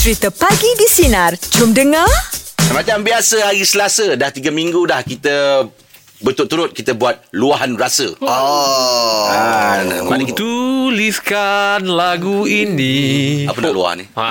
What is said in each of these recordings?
Cerita Pagi di Sinar. Jom dengar. Macam biasa hari Selasa Dah 3 minggu dah kita Berturut-turut kita buat luahan rasa Oh. Ah, mana kita Tuliskan lagu ini. Apa nak luah ni Ha.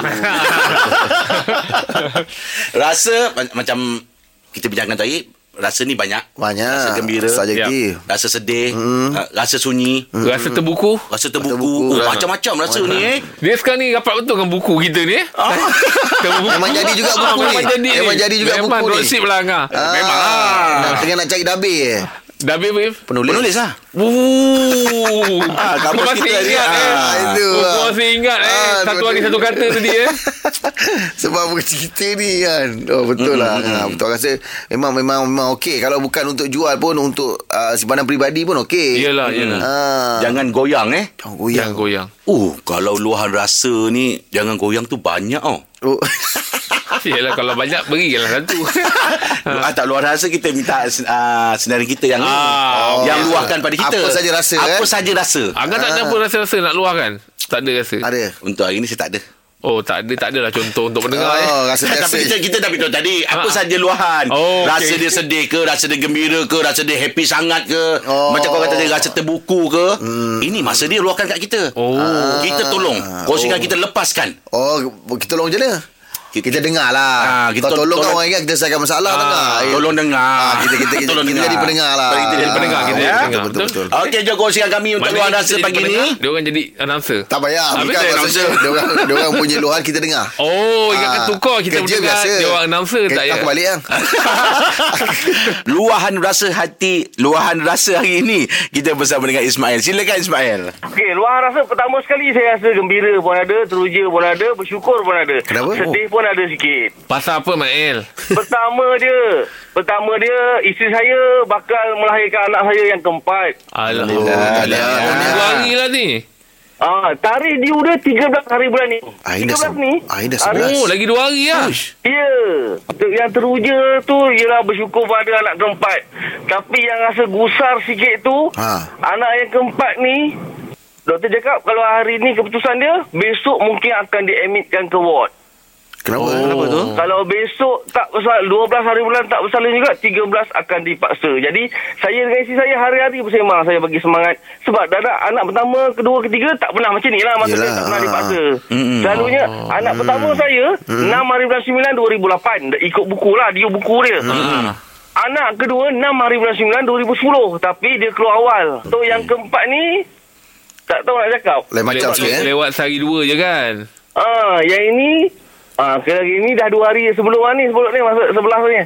Rasa ma- macam Kita bincangkan tadi Rasa ni banyak Banyak. Rasa gembira Ya. Subjektif. Rasa sedih ah, Rasa sunyi Hmm. Rasa terbuku. Rasa terbuku, Terbuku. Oh, Macam-macam rasa ni eh Dia sekarang ni rapat betul dengan buku kita ni eh. Terbuku. Ah, Ah. Memang jadi juga buku memang ni. Jadi. Memang jadi juga memang buku ni. Memang lah Angah. Ah. Memang lah. Nak tengah nak cari dabe eh. Dah habis Wif? Ah. Penulis. Penulis lah Ah, Wuuuh. Ah, kamu Kau masih kita ni. ingat eh. Ah, itu Kau lah. masih ingat eh. Ah, Satu hari betul. satu kata tadi eh. Sebab bukan cerita ni kan. Oh betul lah. Ha, betul aku rasa memang memang memang okey kalau bukan untuk jual pun untuk uh, simpanan peribadi pun okey. Yelah, yelah. Ha. Hmm. Jangan goyang eh Yang Jangan goyang. goyang. Oh, kalau luahan rasa ni Jangan goyang tu banyak oh Oh. Yelah kalau banyak berilah satu. Ah, tak luar rasa kita minta ah, senari kita yang ni. Oh. Ah, yang okey. luahkan pada kita. Apa saja rasa, Apa eh? saja rasa. Angah tak ada apa rasa-rasa nak luahkan? Tak ada rasa. Ah. Ada. Untuk hari ni saya tak ada. Oh tak ada tak adalah contoh untuk pendengar eh. Oh, rasa biasa. Tapi kita, kita dah beritahu tadi Apa Ah. saja luahan Oh, Rasa okey. dia sedih ke Rasa dia gembira ke Rasa dia happy sangat ke Oh. Hmm. Macam kau kata dia rasa terbuku ke Ini masa dia luahkan kat kita Oh. Kita tolong Ah. Kongsikan kita lepaskan Oh, kita tolong je lah. Kita, Kita- kita dengar lah. Ah, kita kita Kau tolong, tolong- kan orang ingat kita selesaikan masalah ah, dengar. Tolong dengar Ah, kita kita kita, Tolong kita dengar. Ah, jadi pendengar lah. Kita jadi pendengar kita ya. Betul betul. betul. Betul. Okey jom kongsikan kami Untuk Maknanya luahan kita rasa jadi pagi pendengar, ni Dia orang jadi announcer. Tak payah. Ah, Habis Bukan dia maksudnya announcer. dia orang dia orang punya luahan kita dengar. Oh, ingatkan Ah, tukar kita kerja berdengar biasa. dia orang announcer Kerja- tak ya. Aku balik kan. Luahan rasa hati Luahan rasa hari ini Kita bersama dengan Ismail Silakan Ismail Okey, luar rasa pertama sekali saya rasa gembira pun ada, teruja pun ada, bersyukur pun ada. Kenapa? Sedih pun ada sikit. Pasal apa Mael? Pertama dia, pertama dia isteri saya bakal melahirkan anak saya yang keempat. Alhamdulillah. Dua hari lah ni. Ah, tarikh due dia 13 hari bulan ni. Ah, ini dah 13 se- ni. ah, ini dah Hari- sebelas. Oh, lagi dua hari lah. Ya. Tu- Yang teruja tu ialah bersyukur pada anak keempat. Tapi yang rasa gusar sikit tu, Ha. anak yang keempat ni Doktor cakap kalau hari ni keputusan dia, besok mungkin akan diadmitkan ke ward. Kenapa? Oh. Kenapa tu? Kalau besok tak besar 12 hari bulan tak bersalin juga 13 akan dipaksa. Jadi saya dengan isteri saya hari-hari bersembang saya bagi semangat sebab dah ada anak pertama, kedua, ketiga tak pernah macam ni lah maksudnya Yelah, tak pernah ah, dipaksa. Mm-mm. Oh. Selalunya anak pertama saya 6 hari bulan 9 2008 ikut buku lah dia buku dia. Anak kedua 6 hari bulan 9 2010 tapi dia keluar awal. Mm. So yang keempat ni tak tahu nak cakap. Lain macam Lewat- sikit eh. Lewat sehari dua je kan. Ah, yang ini ah kalau ini dah dua hari sebelum ni sebelum ni masuk sebelah ni.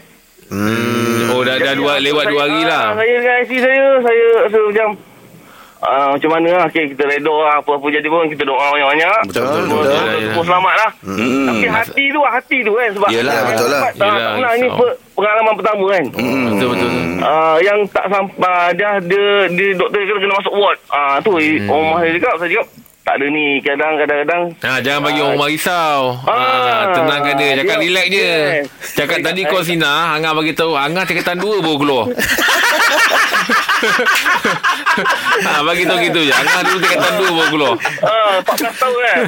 Hmm. Oh, dah dah dua lewat saya- dua hari ah, lah. Saya dengan isteri saya, saya rasa macam ah, macam mana lah. Okay, kita reda lah. Apa-apa jadi pun kita doa banyak-banyak. Betul, betul, Semua- betul. Ya, semua- Yalah, Semua yalah. selamat lah. Mm-mm. Tapi hati tu lah, hati tu kan. Sebab hmm, Yelah, yang betul lah. dapat Tak, Yelah, tak pernah. Ini risau. pe- pengalaman pertama kan. Hmm. Betul betul. Ah, yang tak sampai dah dia, dia doktor kena, kena masuk ward. Ah tu Hmm. orang rumah saya cakap, saya cakap tak ada ni. Kadang-kadang Ha, jangan bagi orang rumah risau. Ah. Ha, tenangkan dia. Cakap Dia- relax je. yes. Cakap tadi kau Sina, Angah bagi tahu Angah cakatan dua baru keluar. ha, bagi tahu gitu je. Angah dulu cakatan dua baru keluar. Ah, 14 tahun kan.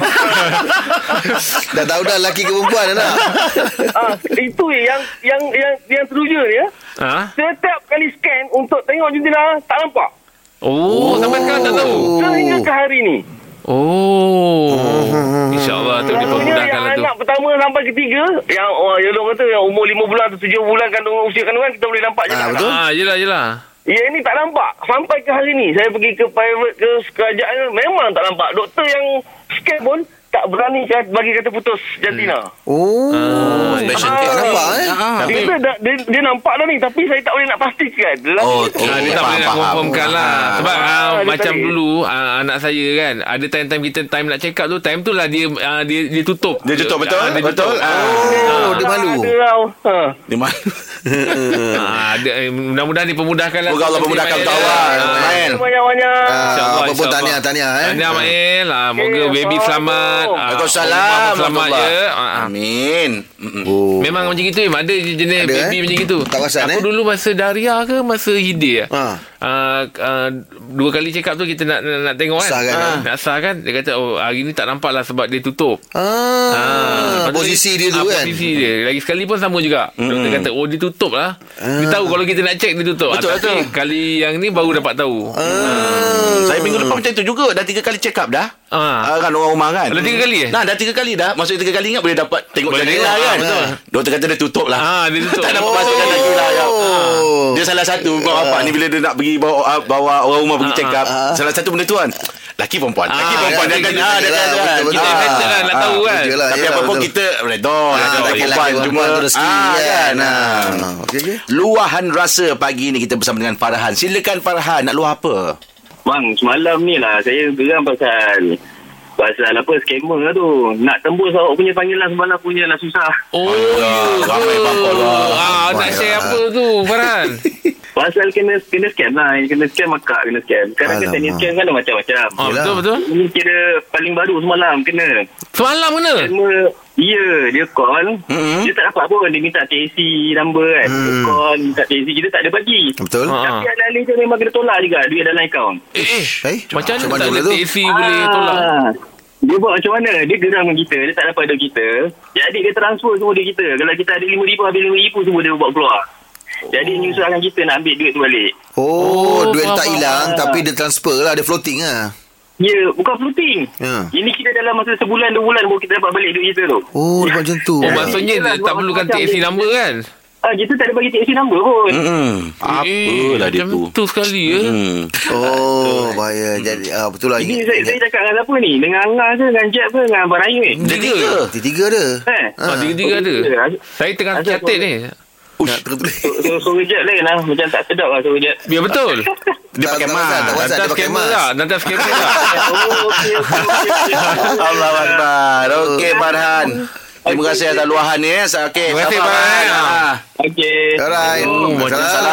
Dah tahu dah lelaki ke perempuan dah nak. ah, itu yang yang yang yang teruja dia. Ha? Setiap kali scan untuk tengok jendela tak nampak. Oh, oh, sampai sekarang tak tahu. Sehingga ke hari ni. Oh. Hmm. InsyaAllah tu Selalunya dipermudahkan yang lah tu. anak pertama sampai ketiga yang oh, yang orang kata yang umur 5 bulan atau 7 bulan kandungan usia kandungan kita boleh nampak je Ah, tak betul. anak. Ha, yelah, yelah. Ya ini tak nampak sampai ke hari ni. Saya pergi ke private ke kerajaan memang tak nampak. Doktor yang scan pun tak berani kat- bagi kata putus jantina. Oh. Special tak nampak eh. Ah. Dia, dia, dia, dia nampak dah ni tapi saya tak boleh nak pastikan. Oh, Lelaki- okey. Ah, dia tak Faham, boleh nak faham. confirmkan lah Ah. Sebab ah, Ah, dia Macam tarik. dulu ah, Anak saya kan Ada time-time kita Time nak check up tu Time tu lah dia, ah, dia Dia tutup Dia tutup betul? Ah, dia betul. tutup. Oh, dia Tak malu. Ada tau. Ha. Di mana? Ah, ada, eh, mudah-mudahan dipermudahkan lah. Moga Allah memudahkan kau awal. Ah, Mail. Banyak-banyak. Ah, InsyaAllah, Apa pun insyaAllah. tahniah, tahniah eh. Tahniah Mael. Ah, moga Okay, baby Assalamualaikum. selamat. selamat. Assalamualaikum. Ah, Waalaikumsalam. rumah pun Selamat warahmatullahi. ya. Ah, ah. Amin. Mm-mm. Oh. Memang macam gitu Im. Ada je jenis Ada, ada, baby eh? eh? macam gitu Tak perasan, Aku eh? dulu masa Daria ke Masa Hidir Ha. ha. uh, uh, Dua kali check up tu Kita nak nak, nak tengok kan Sah kan? Ah, Nak sah kan Dia kata oh, Hari ni tak nampak lah Sebab dia tutup Ah, lepas tu posisi dia tu ah, kan. Hmm. Posisi dia Lagi sekali pun sama juga mm. Doktor kata Oh dia tutup lah Ah. Dia tahu kalau kita nak check Dia tutup Betul, Ah, tapi betul. Kali yang ni baru dapat tahu Ah. Saya minggu lepas macam tu juga Dah tiga kali check up dah ah. Ah. Kan orang rumah kan Dah tiga kali, eh? Nah dah tiga kali dah Maksudnya tiga kali ingat boleh dapat Tengok Boleh jandela tengok, kan ah, betul. Doktor kata dia tutup lah Ah, dia tutup. Tak dapat masukkan Oh. lagi lah ya. Ah. Dia salah satu Kau apa ni bila dia nak pergi Bawa, ah, bawa orang rumah pergi check up Ah. Salah satu benda tu kan Laki perempuan Laki Ah, perempuan Dia laki akan kita ah, dia lah, akan- betul, Kita betul. better lah nak tahu kan. Tapi betul yelah, apa pun Ya, betul. kita Redor Ah, lelaki- Perempuan lelaki Cuma perempuan tu rezeki ah, kan. ah. Ah, okey, okey. Luahan rasa pagi ni Kita bersama dengan Farhan Silakan Farhan Nak luah apa? Bang, semalam ni lah saya geram pasal pasal apa skamer tu. Nak tembus awak punya panggilan semalam punya lah susah. Oh Alah, ya ramai ke? bangkok lah. ah, Nak Ramai share lah. apa tu Farhan Pasal kena kena scam lah. Yang Kena scam akak kena scam. Sekarang kan Alamak. teknik scam kan ada macam-macam. ah, Yelah. Betul betul Ini kira paling baru semalam kena. Semalam mana Skamer, ya dia call. Mm-hmm. Dia tak dapat pun. Dia minta TAC number kan. Hmm. Call, minta TAC. Kita tak ada bagi. Betul. Ah. Tapi alih-alih tu memang kena tolak juga duit dalam akaun. Eh, Eh, macam macam mana tak mana ada tu? TAC Ah. boleh tolak? Oh, Dia buat macam mana? Dia geram dengan kita. Dia tak dapat duit kita. Jadi dia transfer semua duit kita. Kalau kita ada RM5,000 habis RM5,000 semua dia buat keluar. Jadi dia nyusahkan kita nak ambil duit tu balik. Oh, Oh, duit faham, tak faham. hilang tapi dia transfer lah, dia floating lah. Ya, bukan floating. Ya. Ini kita dalam masa sebulan, dua bulan baru kita dapat balik duit kita tu. Oh, dia buat macam tu. Oh, Ya. maksudnya Yelah, tak buat perlukan macam TAC dia- number kan? Ah, kita tak ada bagi TAC number pun. Hmm. Apalah Eh, dia macam tu. tu sekali ya. Hmm. Oh, bahaya. Jadi ah betul lah. Ini Ingat- saya, saya ingat. cakap dengan siapa ni? Dengan Angah ke? Dengan Jeb ke? Dengan Abang Rahim ni? Hmm. Dia Tiga. tiga. Tiga dia. Eh? Ah, Ha. tiga-tiga ada. Tiga. Saya tengah Ada catat apa? ni. Nak terus. So- so- Suara Jeb lain lah. Macam tak sedap lah suara Jeb. Ya betul. Dia Tak- pakai tak mask. pasal, tak pasal. Nanti dia pakai skamer mask. lah. Nanti skamer lah. Oh, okey, okey, okey, okey. Allah Akbar. Okey, Farhan. Terima kasih atas luahan ni. Eh. Okey, Terima kasih, sabar, Farhan. Ah. Okey. Alright. Oh, Waalaikumsalam. Habis? Hmm.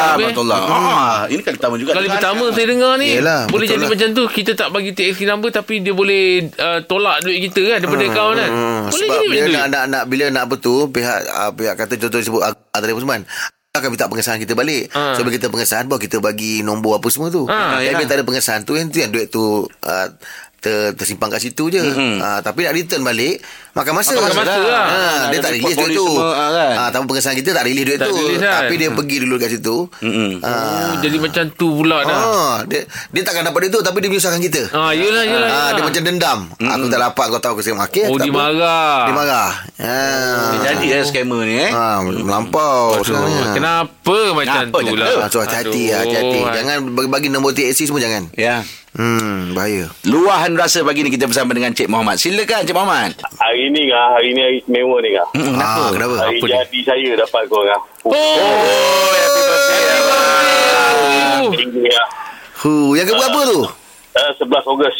Warahmatullah. Ah, ini kali pertama juga. Kali Farhan. pertama saya dengar ni Yelah, Boleh betul jadi lah. macam tu Kita tak bagi TAC number Tapi dia boleh uh, Tolak duit kita kan Daripada kawan kan Hmm, Boleh sebab jadi bila macam tu nak, nak, nak bila nak betul pihak uh, pihak kata contoh sebut uh, tadi pun Osman akan minta pengesahan kita balik. Ah. So bila kita pengesahan baru kita bagi nombor apa semua tu. Ah, yalah. Tapi bila tak ada pengesahan tu yang tu yang duit tu uh, ter, tersimpan kat situ Hmm, je. Mm-hmm. Uh, tapi nak return balik makan masa. Makan masa lah. Ah, Ada dia tak release report duit polis tu. semua, ah, kan? Hmm. Ah, tanpa pengesahan kita tak release duit Tak tu. release kan? Tapi dia pergi dulu kat situ. Mm-mm. Oh, Ah. Jadi macam tu pula dah Ah, dia dia takkan dapat duit tu tapi dia menyusahkan kita. Ah, yelah, yelah, Ah, yelah. dia macam dendam. Hmm, Aku tak dapat kau tahu aku sekarang. Okey, Oh tak dia apa. marah Dia marah. Ah. Dia Jadi eh skamer ni eh. Ah. Ha, melampau sebenarnya. Kenapa macam Kenapa tu macam lah tu? Ha, so hati-hati, Aduh. hati-hati. Jangan bagi, bagi nombor TXC semua jangan. Ya. Hmm, bahaya. Luahan rasa pagi ni kita bersama dengan Cik Muhammad. Silakan Cik Muhammad. Hari ni kah, hari ni hari istimewa ni kah. Hmm, Kenapa? Ha, kenapa? Hari apa ni? jadi saya dapat kau kah. Oh Oh, tinggi kah. Hu, yang keberapa tu? Uh, 11 Ogos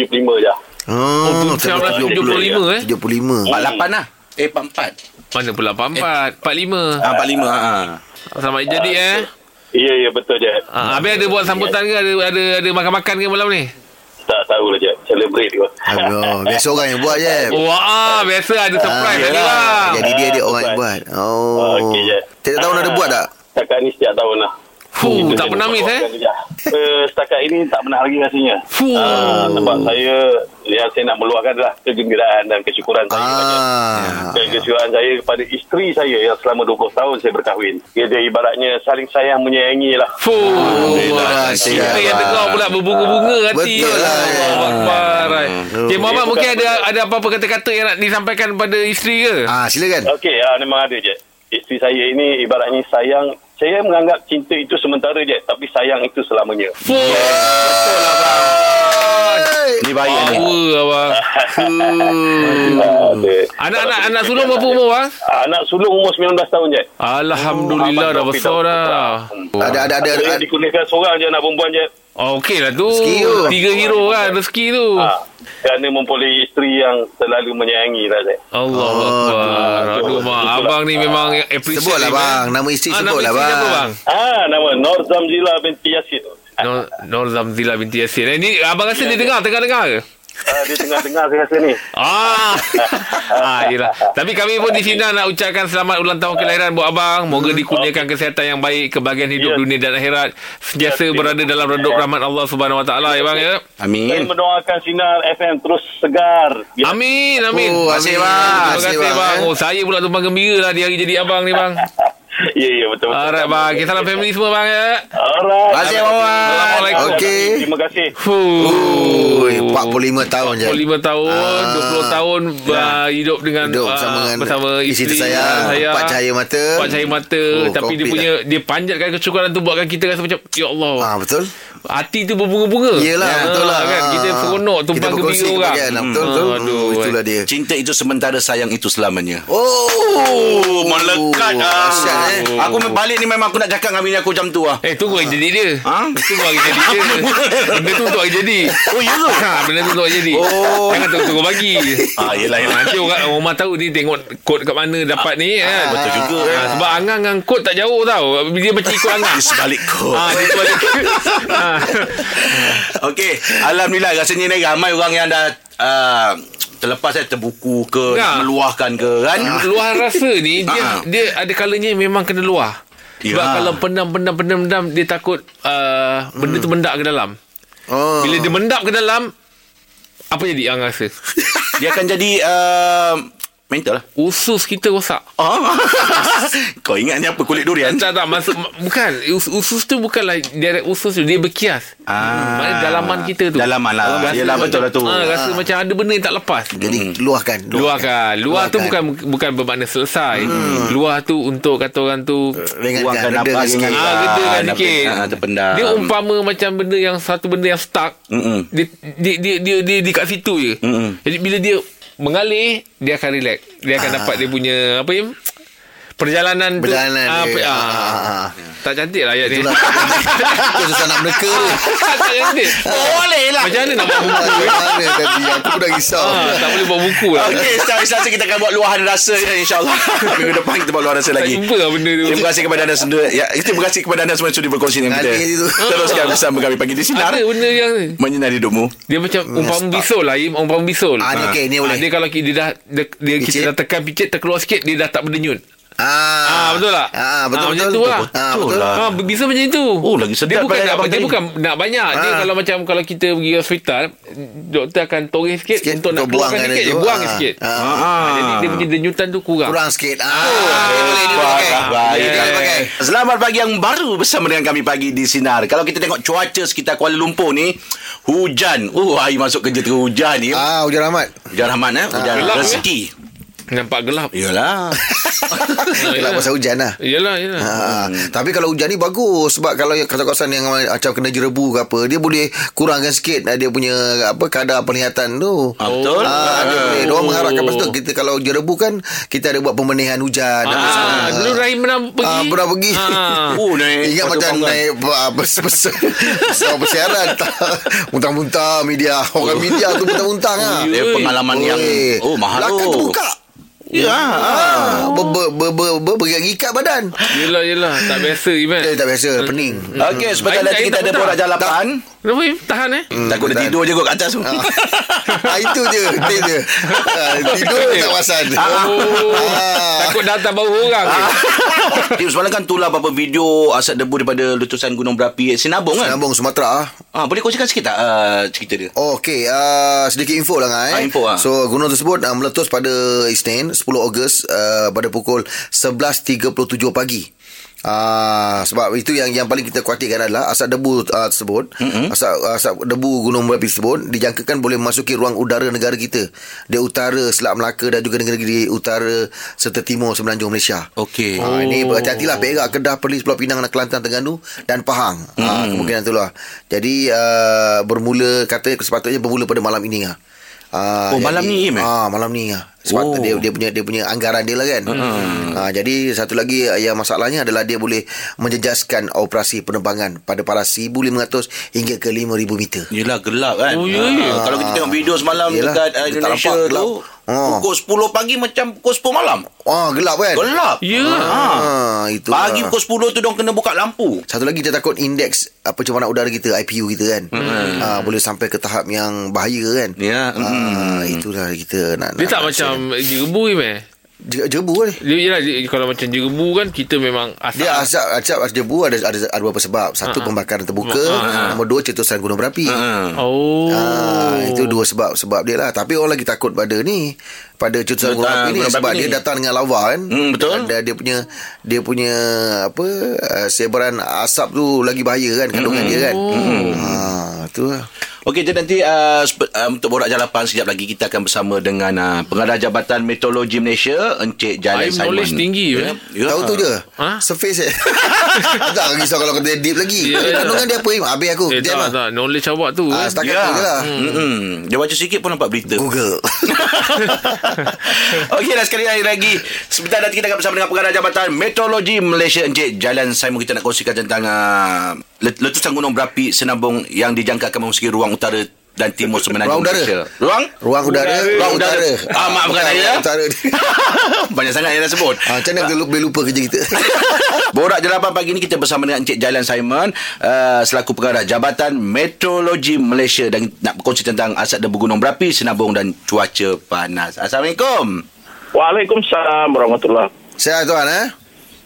1975 je. Oh, Oh, tu 1975 eh 48 75. lah. Eh, 44. Mana pula Eh. 44 45 Ah, 45. Ah. Selamat jadi eh Ya, ya betul je. Ah, Habis ada buat sambutan ke Ada ada ada makan-makan ke malam ni Tak tahulah je. Celebrate kot. Aduh, biasa orang yang buat je. Wah Biasa ada surprise Ah, tadi yelah. lah Jadi dia dia orang yang buat. Oh. Okey je. Tiap tahun ada buat tak? Setakat ni setiap tahun lah. Fuh Itu tak saya pernah dapat miss eh buatkan je. Eh, setakat ini tak pernah lagi rasanya. Fuh Ah, sebab saya yang saya nak meluahkan adalah kegembiraan dan kesyukuran saya banyak. Ah. Dan kesukaan saya kepada isteri saya yang selama 20 tahun saya berkahwin. Dia, dia ibaratnya saling sayang menyayangi lah. Fuh Alhamdulillah, Kita siap. Ah, yang dengar pula Berbunga-bunga hati Betul lah, ya. Allah Akbar Oh. Cik Muhammad mungkin ada Ada apa-apa kata-kata Yang nak disampaikan pada isteri ke Ah, silakan. Okey, ah, memang ada je. Isteri saya ini ibaratnya sayang. Saya menganggap cinta itu sementara je. Tapi sayang itu selamanya. Fuh Betul lah bang Ni baik ni. Power abang Ah, ada. Anak-anak anak sulung berapa umur bang? Ah, anak sulung umur 19 tahun je. Alhamdulillah Abang dah Taufik besar dah. dah. Ada ada ada. Saya ada- dikurniakan seorang je anak perempuan je. Oh, okey lah tu. Rezeki tu. Tiga hero kan rezeki tu. Ah, kerana mempunyai isteri yang selalu menyayangi lah saya. Allah Oh, Akbar. tu. Aduh, bang. Itulah. Abang ni memang appreciate. Sebutlah ni, lah, bang, man. nama isteri Ah, nama sebutlah isteri siapa, bang. Ah, nama Nur Zamzila binti Yasin. Nor, Nor Zamzila binti Yasin. Eh, ni abang rasa dia dengar, tengah dengar ke? Ah, dia tengah dengar saya rasa ni. Ah. ah, yelah. Tapi kami pun di sini nak ucapkan selamat ulang tahun kelahiran buat abang. Moga dikurniakan kesihatan yang baik, kebahagiaan hidup Ya. dunia dan akhirat. Sentiasa Ya, berada dalam redup rahmat Allah Subhanahu Wa Taala ya bang ya. Saya Amin. mendoakan sinar FM terus segar. Biar Amin, amin. Terima Oh, amin. kasih bang. Terima Terima kasih, kasih bang. bang, eh. Oh, saya pula tumpang gembira lah di hari jadi abang ni bang. Ya, ya, betul. betul. Alright bang. Kita salam family semua bang ya. Alright. Terima kasih, Wawan. Assalamualaikum. Okey. Terima kasih. Fuh. Ui, 45 tahun je. 45 tahun, Ah. 20 tahun uh, hidup dengan Hidup ah, bersama dengan bersama isteri isteri tersayang, Pak Cahaya Mata. Pak Cahaya Mata, Oh, tapi dia komplit punya dia panjatkan kesyukuran tu buatkan kita rasa macam ya Allah. Ah betul. Hati tu berbunga-bunga. Yelah Ah, betul lah Eh, Kan? Kita Ah. seronok tumpang Kita berkongsi gembira orang. kebahagiaan lah, Betul betul Ah, Aduh. Hmm, Itulah kan. dia Cinta itu sementara, sayang itu selamanya. Oh Oh, melekat ah. Asyik eh Aku balik ni memang aku nak cakap dengan bini aku macam tu ah. Oh. Eh tunggu hari jadi dia Ah. Ha? Tunggu hari jadi dia Benda tu untuk hari jadi Oh ya tu ha, Benda tu untuk hari jadi Oh. Jangan tunggu-tunggu pagi Ah, yelah, yelah. Nanti orang rumah tahu ni Tengok kod kat mana dapat ni kan Ah, betul juga. ha, Sebab Angang dengan kod tak jauh tau Dia macam ikut Angang Di sebalik kau. ha, Dia sebalik ha. Ah. Okey, alhamdulillah rasanya ni ramai orang yang dah uh, terlepas eh, terbuku ke, Ya. Ah. meluahkan ke kan. Luar rasa ni Dia Ha. dia ada kalanya memang kena luar Ya. Sebab kalau pendam-pendam-pendam Dia takut uh, Benda tu Hmm. mendak ke dalam Oh. Bila Ah. dia mendap ke dalam Apa jadi Angang rasa Dia akan jadi uh, mental lah. Usus kita rosak Oh. Kau ingat ni apa kulit durian? Tak tak masuk bukan us, usus tu bukanlah direct usus tu dia berkias. Ah. Hmm, Maknanya dalaman kita tu. Oh, Dalaman lah. Rasa- Yelah, betul lah tu. Ah, rasa macam ada benda yang tak lepas. kan? Jadi luahkan Hmm. Luahkan. Luah tu Luahkan. bukan bukan bermakna selesai. Luah tu untuk kata orang tu Buangkan Ringankan nafas Redakan sikit. Ah, sikit Ah, gedakan dah sikit. pen- ah, terpendam. Dia umpama macam benda yang satu benda yang stuck. Mm-mm. Dia, dia dia dia dia di kat situ je. Mm-mm. Jadi bila dia mengalir, dia akan relax. Dia akan dapat dia punya apa ya? Perjalanan Perjalanan tu. ah, dia. pe- ah. Ah, ah, ah. Tak cantik lah ayat ni. Itulah Kau susah nak mereka tu tak cantik. Boleh lah. Macam mana nak buat buku? Mana tadi Aku pun dah risau Ah, tak boleh buat buku lah. Okey, secara rasa kita akan buat luahan rasa ya, insyaAllah. Minggu depan kita buat luahan rasa Tak lagi. jumpa lah benda tu. Terima kasih kepada anda semua. Ya, terima kasih kepada anda semua yang sudi berkongsi dengan Ngalih je tu. kita. Teruskan bersama kami pagi di sinar. Ada benda yang Menyinari hidupmu. dia macam umpama bisol lah, Im, umpama bisol. Hmm, Ah, ni okey, ni boleh. Dia kalau ki- dia dah dia, dia kita Picit. dah tekan picit terkeluar sikit dia dah tak berdenyut. Ah, Ah betul tak? Ah betul macam betul tu lah. Ah betul lah. Ah, bisa macam itu. Oh, lagi sedap Dia bukan pada nak, abang dia tadi. bukan nak banyak. Dia Ah. kalau macam kalau kita pergi hospital, doktor akan toreh sikit, Sikit, untuk nak untuk buang keluarkan kan sikit, dia dia tu. buang Ah. sikit. Ah. Ah, Jadi dia punya denyutan tu kurang. Kurang sikit Ah Dia boleh dia boleh Baik, pakai baik. Dia boleh pakai Selamat pagi yang baru bersama dengan kami pagi di Sinar. Kalau kita tengok cuaca sekitar Kuala Lumpur ni, hujan. Oh, hari masuk kerja terus hujan ni. Ah Ujar Ahmad Hujan rahmat eh, hujan Gelap, rezeki. Nampak gelap. Iyalah. Kelak yelah. pasal hujan lah Yalah, yalah. Ha, tapi kalau hujan ni bagus sebab kalau yang kawasan-kawasan yang macam kena jerebu ke apa dia boleh kurangkan sikit eh, dia punya apa kadar penglihatan tu. Ah, betul. Ah, dia boleh. oh. Diorang mengharapkan pasal tu kita kalau jerebu kan kita ada buat pemenihan hujan apa semua. Ah, dulu Rahim pernah pergi. Ah, pernah pergi. Ah. Oh, naik. Ingat patut macam panggang. naik ah, pes- pes- pesawat persiaran tak? Muntang-muntang media Orang media tu muntang-muntang lah Dia pengalaman yang oh mahal Belakang tu. terbuka Ya. ah, ber, ber, ber, ber, ber, Berikat badan Yelah, yelah. Tak biasa, kan? Iman. Eh tak biasa Pening Okey, sebentar Air- lagi air kita tak ada pecah. borak jalapan. Kenapa, Im? Tahan, eh? Takut dia Hmm, tak. tidur je kot kat atas tu. ah, Itu je Tip je ah, Tidur Eh. tak Ah. perasan Oh. Ah. Takut dah tak bau orang. ni. Tips semalam kan tular beberapa video asap debu daripada letusan Gunung Berapi eh, Sinabung kan? Sinabung Sumatera ah. Ah, boleh kongsikan sikit tak uh, cerita dia? Oh, Okey, uh, sedikit info lah Ngai. Ah, info, ah. So, gunung tersebut uh, meletus pada Isnin 10 Ogos uh, pada pukul 11.37 pagi. Ah sebab itu yang yang paling kita khawatirkan adalah asap debu uh, tersebut mm-hmm. asap asap debu gunung berapi tersebut dijangkakan boleh memasuki ruang udara negara kita di utara Selat Melaka dan juga negeri utara serta timur semenanjung Malaysia. Okey. Ha, ini Oh. berhati-hatilah Perak, Kedah, Perlis, Pulau Pinang, Kelantan, Terengganu dan Pahang. Ha, hmm. kemungkinan itulah. Jadi uh, bermula katanya sepatutnya bermula pada malam ini ah. Ha, Oh, malam ni, Im, eh? Ha, malam ni ah. Oh. sebab dia dia punya dia punya anggaran dia lah kan. Hmm. Ha, jadi satu lagi eh, yang masalahnya adalah dia boleh menjejaskan operasi penerbangan pada paras 1500 hingga ke 5000 meter. Yelah gelap kan Oh, ya, Ah, ya. Kalau kita tengok video semalam Yelah, Dekat dia uh, tak Indonesia nampak gelap. tu Ah. Pukul 10 pagi Macam pukul 10 malam Wah, gelap kan? Gelap Ya. ha. Ha, itu. Pagi lah. pukul 10 tu Diorang kena buka lampu Satu lagi kita takut indeks apa pencemaran udara kita IPU kita kan. Hmm. Ha, boleh sampai ke tahap yang bahaya kan. Ya, Ha, itulah kita nak Dia nak- tak nak macam share. jerebu ni meh. Je- jebu ni. Dia yelah, dia, kalau macam jerebu kan kita memang asal. Ah. Dia azab azab jebu ada ada ada beberapa sebab. Satu pembakaran terbuka, Ah, nombor dua cetusan gunung berapi. ha. Oh. Ah, itu dua sebab sebab dia lah. Tapi orang lagi takut pada ni pada Cetusan cetusan gunung berapi ni gunung sebab berapi dia ni. datang dengan lava kan. Hmm, betul. Ada dia punya dia punya apa uh, sebaran asap tu lagi bahaya kan kandungan dia kan. Hmm. Ha, tu lah. Okey, jadi nanti uh, sep- uh, untuk Borak Jalapan sekejap lagi kita akan bersama dengan uh, pengarah Jabatan Meteorologi Malaysia, Encik Jalan Aim knowledge tinggi, Ya. eh? Ya. Tahu tu je. Ha? Surface je. tak risau kalau kata deep lagi. Ya, ya. Kandungan dia apa? Im? Habis aku. Eh, tak, Jam lah. tak. Knowledge awak tu. Ah, kan. setakat Ya. tu je lah. Mm-mm. Dia baca sikit pun nampak berita. Google. Okey dah sekali lagi, lagi Sebentar nanti kita akan bersama dengan pengarah Jabatan Meteorologi Malaysia Encik Jalan Simon Kita nak kongsikan tentang uh, let- Letusan gunung berapi Senambung Yang dijangkakan memasuki ruang utara dan timur semenanjung Ruang udara. Malaysia. Ruang? Ruang udara, ruang Ruang udara. utara. Ah, mak bukan saya. Utara. Banyak sangat yang dah sebut. Ah, macam mana kita lupa, boleh lupa kerja kita? Borak Jalapan pagi ni kita bersama dengan Encik Jalan Simon uh, selaku pengarah Jabatan Meteorologi Malaysia dan nak berkongsi tentang asap debu gunung berapi, senabung dan cuaca panas. Assalamualaikum. Waalaikumsalam warahmatullahi Saya tuan eh.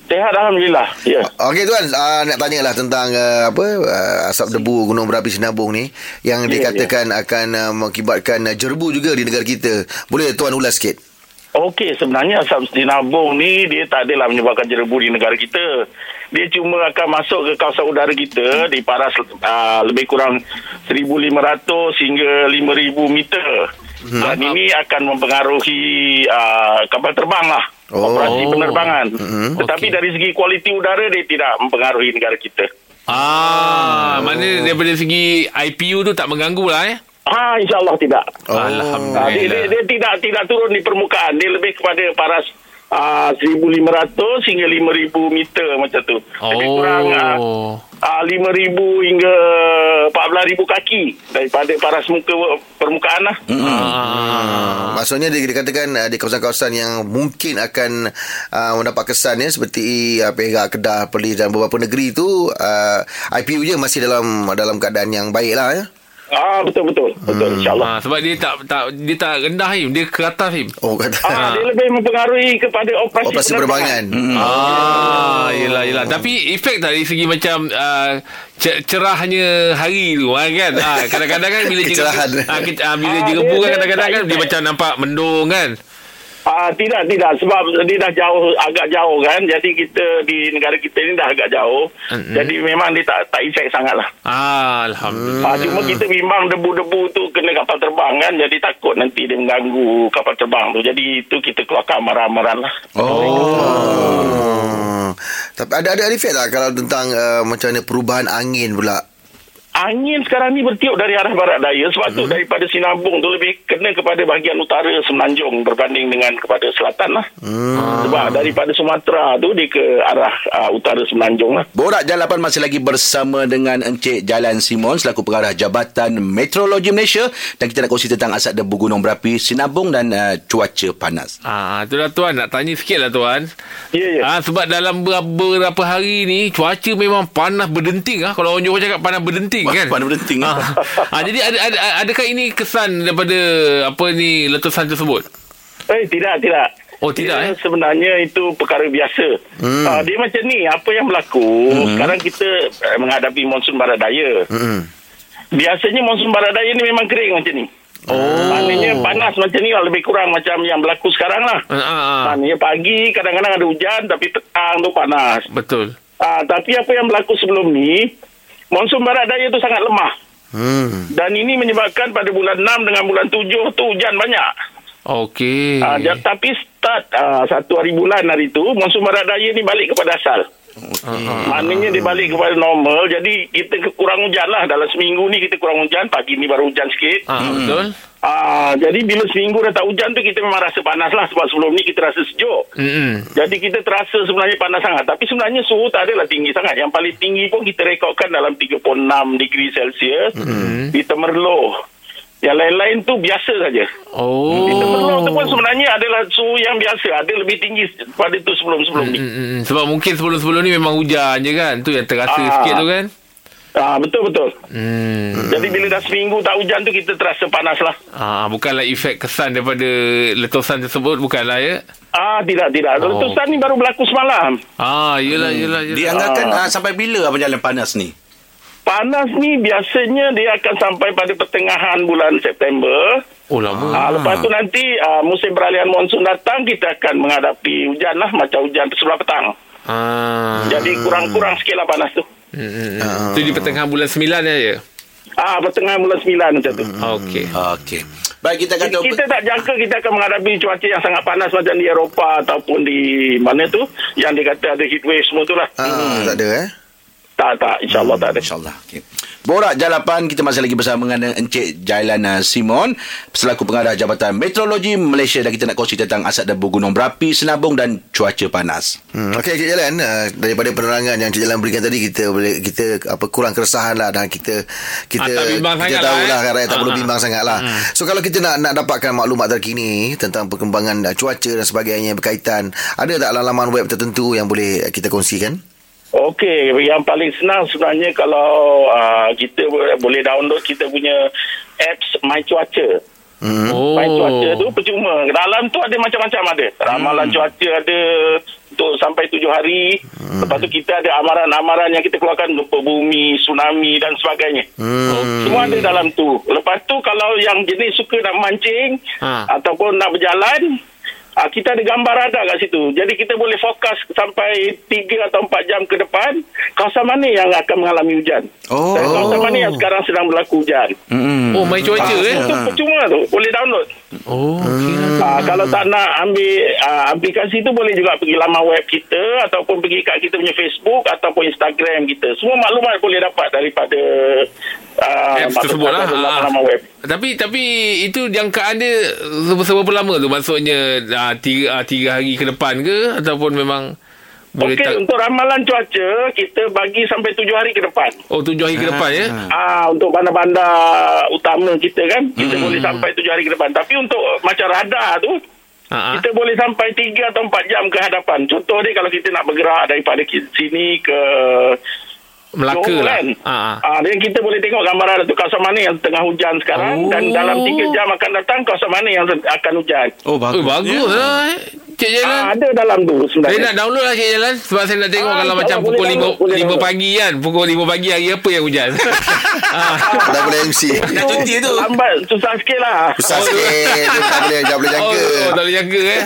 Sehat Alhamdulillah Ya Okey tuan, uh, nak tanyalah tentang uh, apa uh, asap debu gunung berapi sinabung ni yang Ya, dikatakan akan uh, mengakibatkan uh, jerbu juga di negara kita. Boleh tuan ulas sikit? Okey, sebenarnya asam sinabung ni dia tak adalah menyebabkan jerebu di negara kita. Dia cuma akan masuk ke kawasan udara kita di paras uh, lebih kurang 1,500 hingga 5,000 meter. Hmm. Dan ini akan mempengaruhi uh, kapal terbang lah. Oh. Oh. Operasi penerbangan. Hmm. Tetapi Okey. dari segi kualiti udara dia tidak mempengaruhi negara kita. Ah, mana daripada segi IPU tu tak mengganggu lah eh. Ha, insyaAllah tidak. Oh. Ah, dia, dia, Alhamdulillah. dia tidak tidak turun di permukaan. Dia lebih kepada paras uh, 1,500 hingga 5,000 meter macam tu. Lebih kurang uh, Oh. uh, 5,000 hingga 14,000 kaki daripada paras muka permukaan lah. Hmm. Ah. Maksudnya dia dikatakan uh, di kawasan-kawasan yang mungkin akan uh, mendapat kesan ya seperti uh, Perak, Kedah, Perlis dan beberapa negeri tu uh, IPU je masih dalam dalam keadaan yang baik lah ya. Ah betul betul betul Hmm. Hmm. insyaAllah. Ah, sebab dia tak tak dia tak rendah Im, dia ke atas Im. Oh kata Ah, dia kan? lebih mempengaruhi kepada operasi, operasi penerbangan. Mm-hmm. Oh. Ah, yelah yelah. Tapi efek tak dari segi macam uh, cerahnya hari tu ah, kan. Ah, kadang-kadang kan bila Kecerahan. jerebu ah, ke, ah, bila Ah, jerebu kan dia- dia kadang-kadang tak kan dia effect. macam nampak mendung kan. Ah tidak tidak sebab dia dah jauh agak jauh kan. Jadi kita di negara kita ni dah agak jauh. Mm-mm. Jadi memang dia tak tak efek sangatlah. Ah, alhamdulillah. Ah, cuma Hmm. kita bimbang debu-debu tu kena kapal terbang kan. Jadi takut nanti dia mengganggu kapal terbang tu. Jadi itu kita keluarkan amaran-amaran lah. Hmm. Tapi ada ada efek tak kalau tentang uh, macam mana perubahan angin pula? Angin sekarang ni bertiup dari arah barat daya. Sebab Mhm. tu daripada Sinabung tu lebih kena kepada bahagian utara Semenanjung berbanding dengan kepada selatan lah. Hmm. Sebab daripada Sumatera tu dia ke arah uh, utara Semenanjung lah. Borak Jalapan masih lagi bersama dengan Encik Jalan Simon selaku pengarah Jabatan Meteorologi Malaysia dan kita nak kongsi tentang asap debu gunung berapi, sinabung dan uh, cuaca panas. Ah, itulah tuan nak tanya sikit lah tuan. Ya, ya. Ah, sebab dalam beberapa, beberapa hari ni cuaca memang panas berdenting ah. Kalau orang Johor cakap panas berdenting Wah, kan. panas berdenting. Ah, ah jadi ada, ada adakah ini kesan daripada apa ni letusan tersebut? Eh tidak tidak. Oh, tidak, Dia eh? Sebenarnya itu perkara biasa. Hmm. Uh, dia macam ni apa yang berlaku hmm. Mhm. sekarang kita eh, menghadapi monsun barat daya. Hmm. Biasanya monsun barat daya ni memang kering macam ni. Oh. Maknanya panas macam ni lah lebih kurang macam yang berlaku sekarang lah. Ah, ah, ah. Maknanya pagi kadang-kadang ada hujan tapi petang tu panas. Betul. Ah, tapi apa yang berlaku sebelum ni monsun barat daya tu sangat lemah. Hmm. Dan ini menyebabkan pada bulan 6 dengan bulan 7 tu hujan banyak. Okey. Ah, ja- tapi start ah, satu hari bulan hari tu monsun barat daya ni balik kepada asal. Ah. Maknanya dia balik kepada normal Jadi kita ke- kurang hujan lah Dalam seminggu ni kita kurang hujan Pagi ni baru hujan sikit Ah, betul. ah. Ah, jadi bila seminggu dah tak hujan tu kita memang rasa panas lah sebab sebelum ni kita rasa sejuk. Mm-mm. Jadi kita terasa sebenarnya panas sangat tapi sebenarnya suhu tak adalah tinggi sangat. Yang paling tinggi pun kita rekodkan dalam 36 degree Celsius mm. di Temerloh. Yang lain-lain tu biasa saja. Di Temerloh tu Oh. pun sebenarnya adalah suhu yang biasa. Ada lebih tinggi pada tu sebelum-sebelum ni. Mm-mm. Sebab mungkin sebelum-sebelum ni memang hujan je kan. Tu yang terasa Ah. sikit tu kan. Ah betul-betul. Hmm. Jadi bila dah seminggu tak hujan tu kita terasa panas lah. Ah, bukanlah efek kesan daripada letusan tersebut bukanlah ya. Ah tidak tidak. Oh. Letusan ni baru berlaku semalam. Ah, yelah Mm. yelah yelah. Dianggarkan Ah. uh, sampai bila abang jalan panas ni? Panas ni biasanya dia akan sampai pada pertengahan bulan September. Oh lama. Ah. lepas tu nanti ah, musim peralihan monsun datang kita akan menghadapi hujan lah macam hujan sebelah petang. Ah. Jadi Ah. kurang-kurang sikit lah panas tu. Mm-mm. Tu di pertengahan bulan 9 ya ya. Ah pertengahan bulan 9 macam tu. Ah, Okey. Okey. Baik kita akan Kita, kita tak jangka kita akan menghadapi cuaca yang sangat panas macam di Eropah ataupun di mana tu yang dikata ada heat wave semua tu lah. Ah, tak ada eh. Tak tak insyaallah tak ada. InsyaAllah okay. Borak Jalapan Kita masih lagi bersama dengan Encik Jailana Simon Selaku pengarah Jabatan Meteorologi Malaysia Dan kita nak kongsi tentang asap debu gunung berapi Senabung dan cuaca panas Hmm, Okey Cik Jalan uh, daripada penerangan yang Cik Jalan berikan tadi kita boleh kita apa kurang keresahan lah dan kita kita Ah, tak bimbang kita sangat tahu lah, lah eh. kan rakyat tak perlu Ah. bimbang sangat lah. So kalau kita nak nak dapatkan maklumat terkini tentang perkembangan uh, cuaca dan sebagainya yang berkaitan ada tak laman web tertentu yang boleh kita kongsikan? Okey, yang paling senang sebenarnya kalau uh, kita bo- boleh download kita punya apps My Cuaca. Oh. My Hmm. Cuaca tu percuma. Dalam tu ada macam-macam ada. Hmm. Ramalan cuaca ada untuk sampai tujuh hari. Hmm. Lepas tu kita ada amaran-amaran yang kita keluarkan gempa bumi, tsunami dan sebagainya. Hmm. Oh, Semua ada dalam tu. Lepas tu kalau yang jenis suka nak mancing Ha. ataupun nak berjalan, ah, kita ada gambar radar kat situ. Jadi kita boleh fokus sampai 3 atau 4 jam ke depan kawasan mana yang akan mengalami hujan. Oh. Hmm. Dan kawasan mana yang sekarang sedang berlaku hujan. Oh, main cuaca eh. Itu percuma tu. Boleh download. Oh, okey. Ah, kalau tak nak ambil ah, aplikasi tu boleh juga pergi laman web kita ataupun pergi kat kita punya Facebook ataupun Instagram kita. Semua maklumat boleh dapat daripada ah, Apps tersebut lah. daripada Ah. laman web. Tapi tapi itu jangkaan dia se- seberapa lama tu? Maksudnya ah, tiga, ah, tiga hari ke depan ke ataupun memang boleh Okey, tak untuk ramalan cuaca kita bagi sampai tujuh hari ke depan. Oh tujuh hari ke depan ya. Ah untuk bandar-bandar utama kita kan kita boleh sampai tujuh hari ke depan. Tapi untuk macam radar tu Ha ah. kita boleh sampai tiga atau empat jam ke hadapan. Contoh dia kalau kita nak bergerak daripada ki- sini ke Melaka Johor lah. kan. Ha ah. Ah dan kita boleh tengok gambaran tu kawasan mana yang tengah hujan sekarang Oh. dan dalam tiga jam akan datang kawasan mana yang akan hujan. Oh Oh, bagus lah eh. Cik Jalan. Ah, ada dalam Saya tu nak sebenarnya. download lah Cik Jalan Sebab saya nak tengok Ah, Kalau insyaAllah macam boleh pukul download, boleh 5 download. pagi kan Pukul 5 pagi hari apa yang hujan Oh, ah. Tak boleh MC. Dah cuti tu Lambat susah sikit lah. Susah sikit Tak boleh Tak boleh Oh, jangka oh, tak boleh jaga eh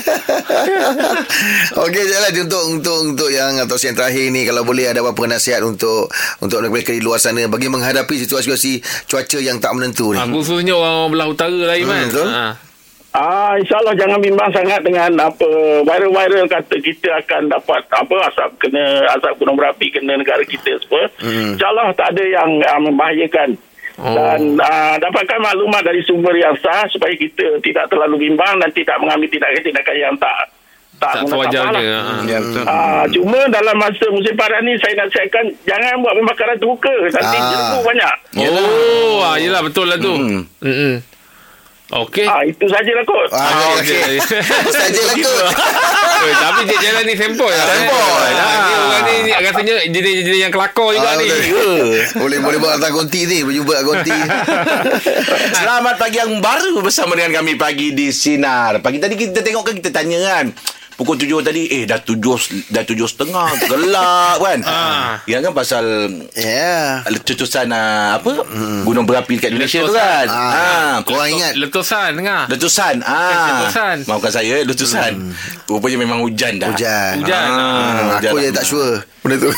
Okey Jalan untuk untuk untuk yang atau yang terakhir ni kalau boleh ada apa-apa nasihat untuk untuk mereka di luar sana bagi menghadapi situasi cuaca yang tak menentu ni. ah, Khususnya orang belah utara lah Iman betul. ah. Ah, InsyaAllah jangan bimbang sangat dengan apa viral-viral kata kita akan dapat apa asap kena asap gunung berapi kena negara kita semua. Hmm. InsyaAllah tak ada yang uh, membahayakan. Oh. Oh. Dan uh, dapatkan maklumat dari sumber yang sah supaya kita tidak terlalu bimbang dan tidak mengambil tindakan-tindakan yang tak Tak menetap sewajarnya salah. ah. Hmm. Ya betul Ah, cuma dalam masa musim panas ni saya nasihatkan jangan buat pembakaran terbuka nanti Ah. ah. jerubu banyak. Oh ah, Yelah betul lah tu Mm. Mm-mm. Okey Ah itu sajalah kot. Ah, Ah, ah okey. okey. Saja lah tu. Eh, tapi Cik Jalan ni sempoi lah. eh. Sempoi. Ah, Ni Ah. orang ni ni rasanya jenis-jenis yang kelakor juga Ah, ni. betul. boleh boleh buat atas konti ni Boleh jumpa kat konti Selamat pagi yang baru bersama dengan kami pagi di Sinar. Pagi tadi kita tengok kan kita tanya kan. Pukul tujuh tadi Eh dah tujuh Dah tujuh setengah Gelap kan Ah. Yang kan pasal eh, Ya letusan uh, apa hmm. gunung berapi dekat Indonesia tu kan. Ah, Ah, Korang ingat Letusan dengar. letusan. Bukan Ah. letusan. Maafkan saya letusan. Hmm. Rupanya memang hujan dah. Hujan. Hujan. Ah, Aku hujan. je tak sure Benda tu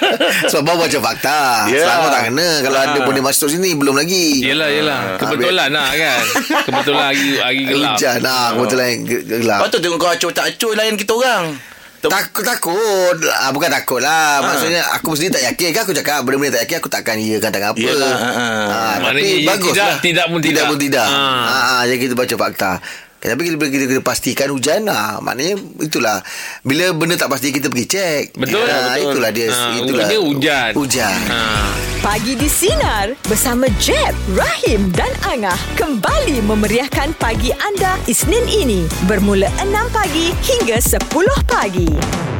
Sebab bawa macam fakta Ya. yeah. Selama tak kena Kalau ada benda masuk sini Belum lagi Yelah Ah, yelah Kebetulan lah kan Kebetulan hari, hari gelap Hujan lah Kebetulan gelap Patut tengok kau acur tak acur lain kita orang. Takut takut ah, Bukan takut lah Maksudnya aku sendiri tak yakin Kan aku cakap Benda-benda tak yakin Aku takkan iya katakan apa Yelah, ah, ah. Ah, Maknanya Tapi iya bagus tidak, lah tidak pun Tidak tidak. pun tidak Ah. ah. ah, Jadi kita baca fakta Eh, tapi bila kita, kita pastikan hujan ah, Maknanya itulah Bila benda tak pasti kita pergi cek Betul, ah, betul. Itulah dia Ah, itulah. dia hujan. Hujan Ha. Pagi di Sinar bersama Jeb, Rahim dan Angah kembali memeriahkan pagi anda Isnin ini bermula 6 pagi hingga 10 pagi.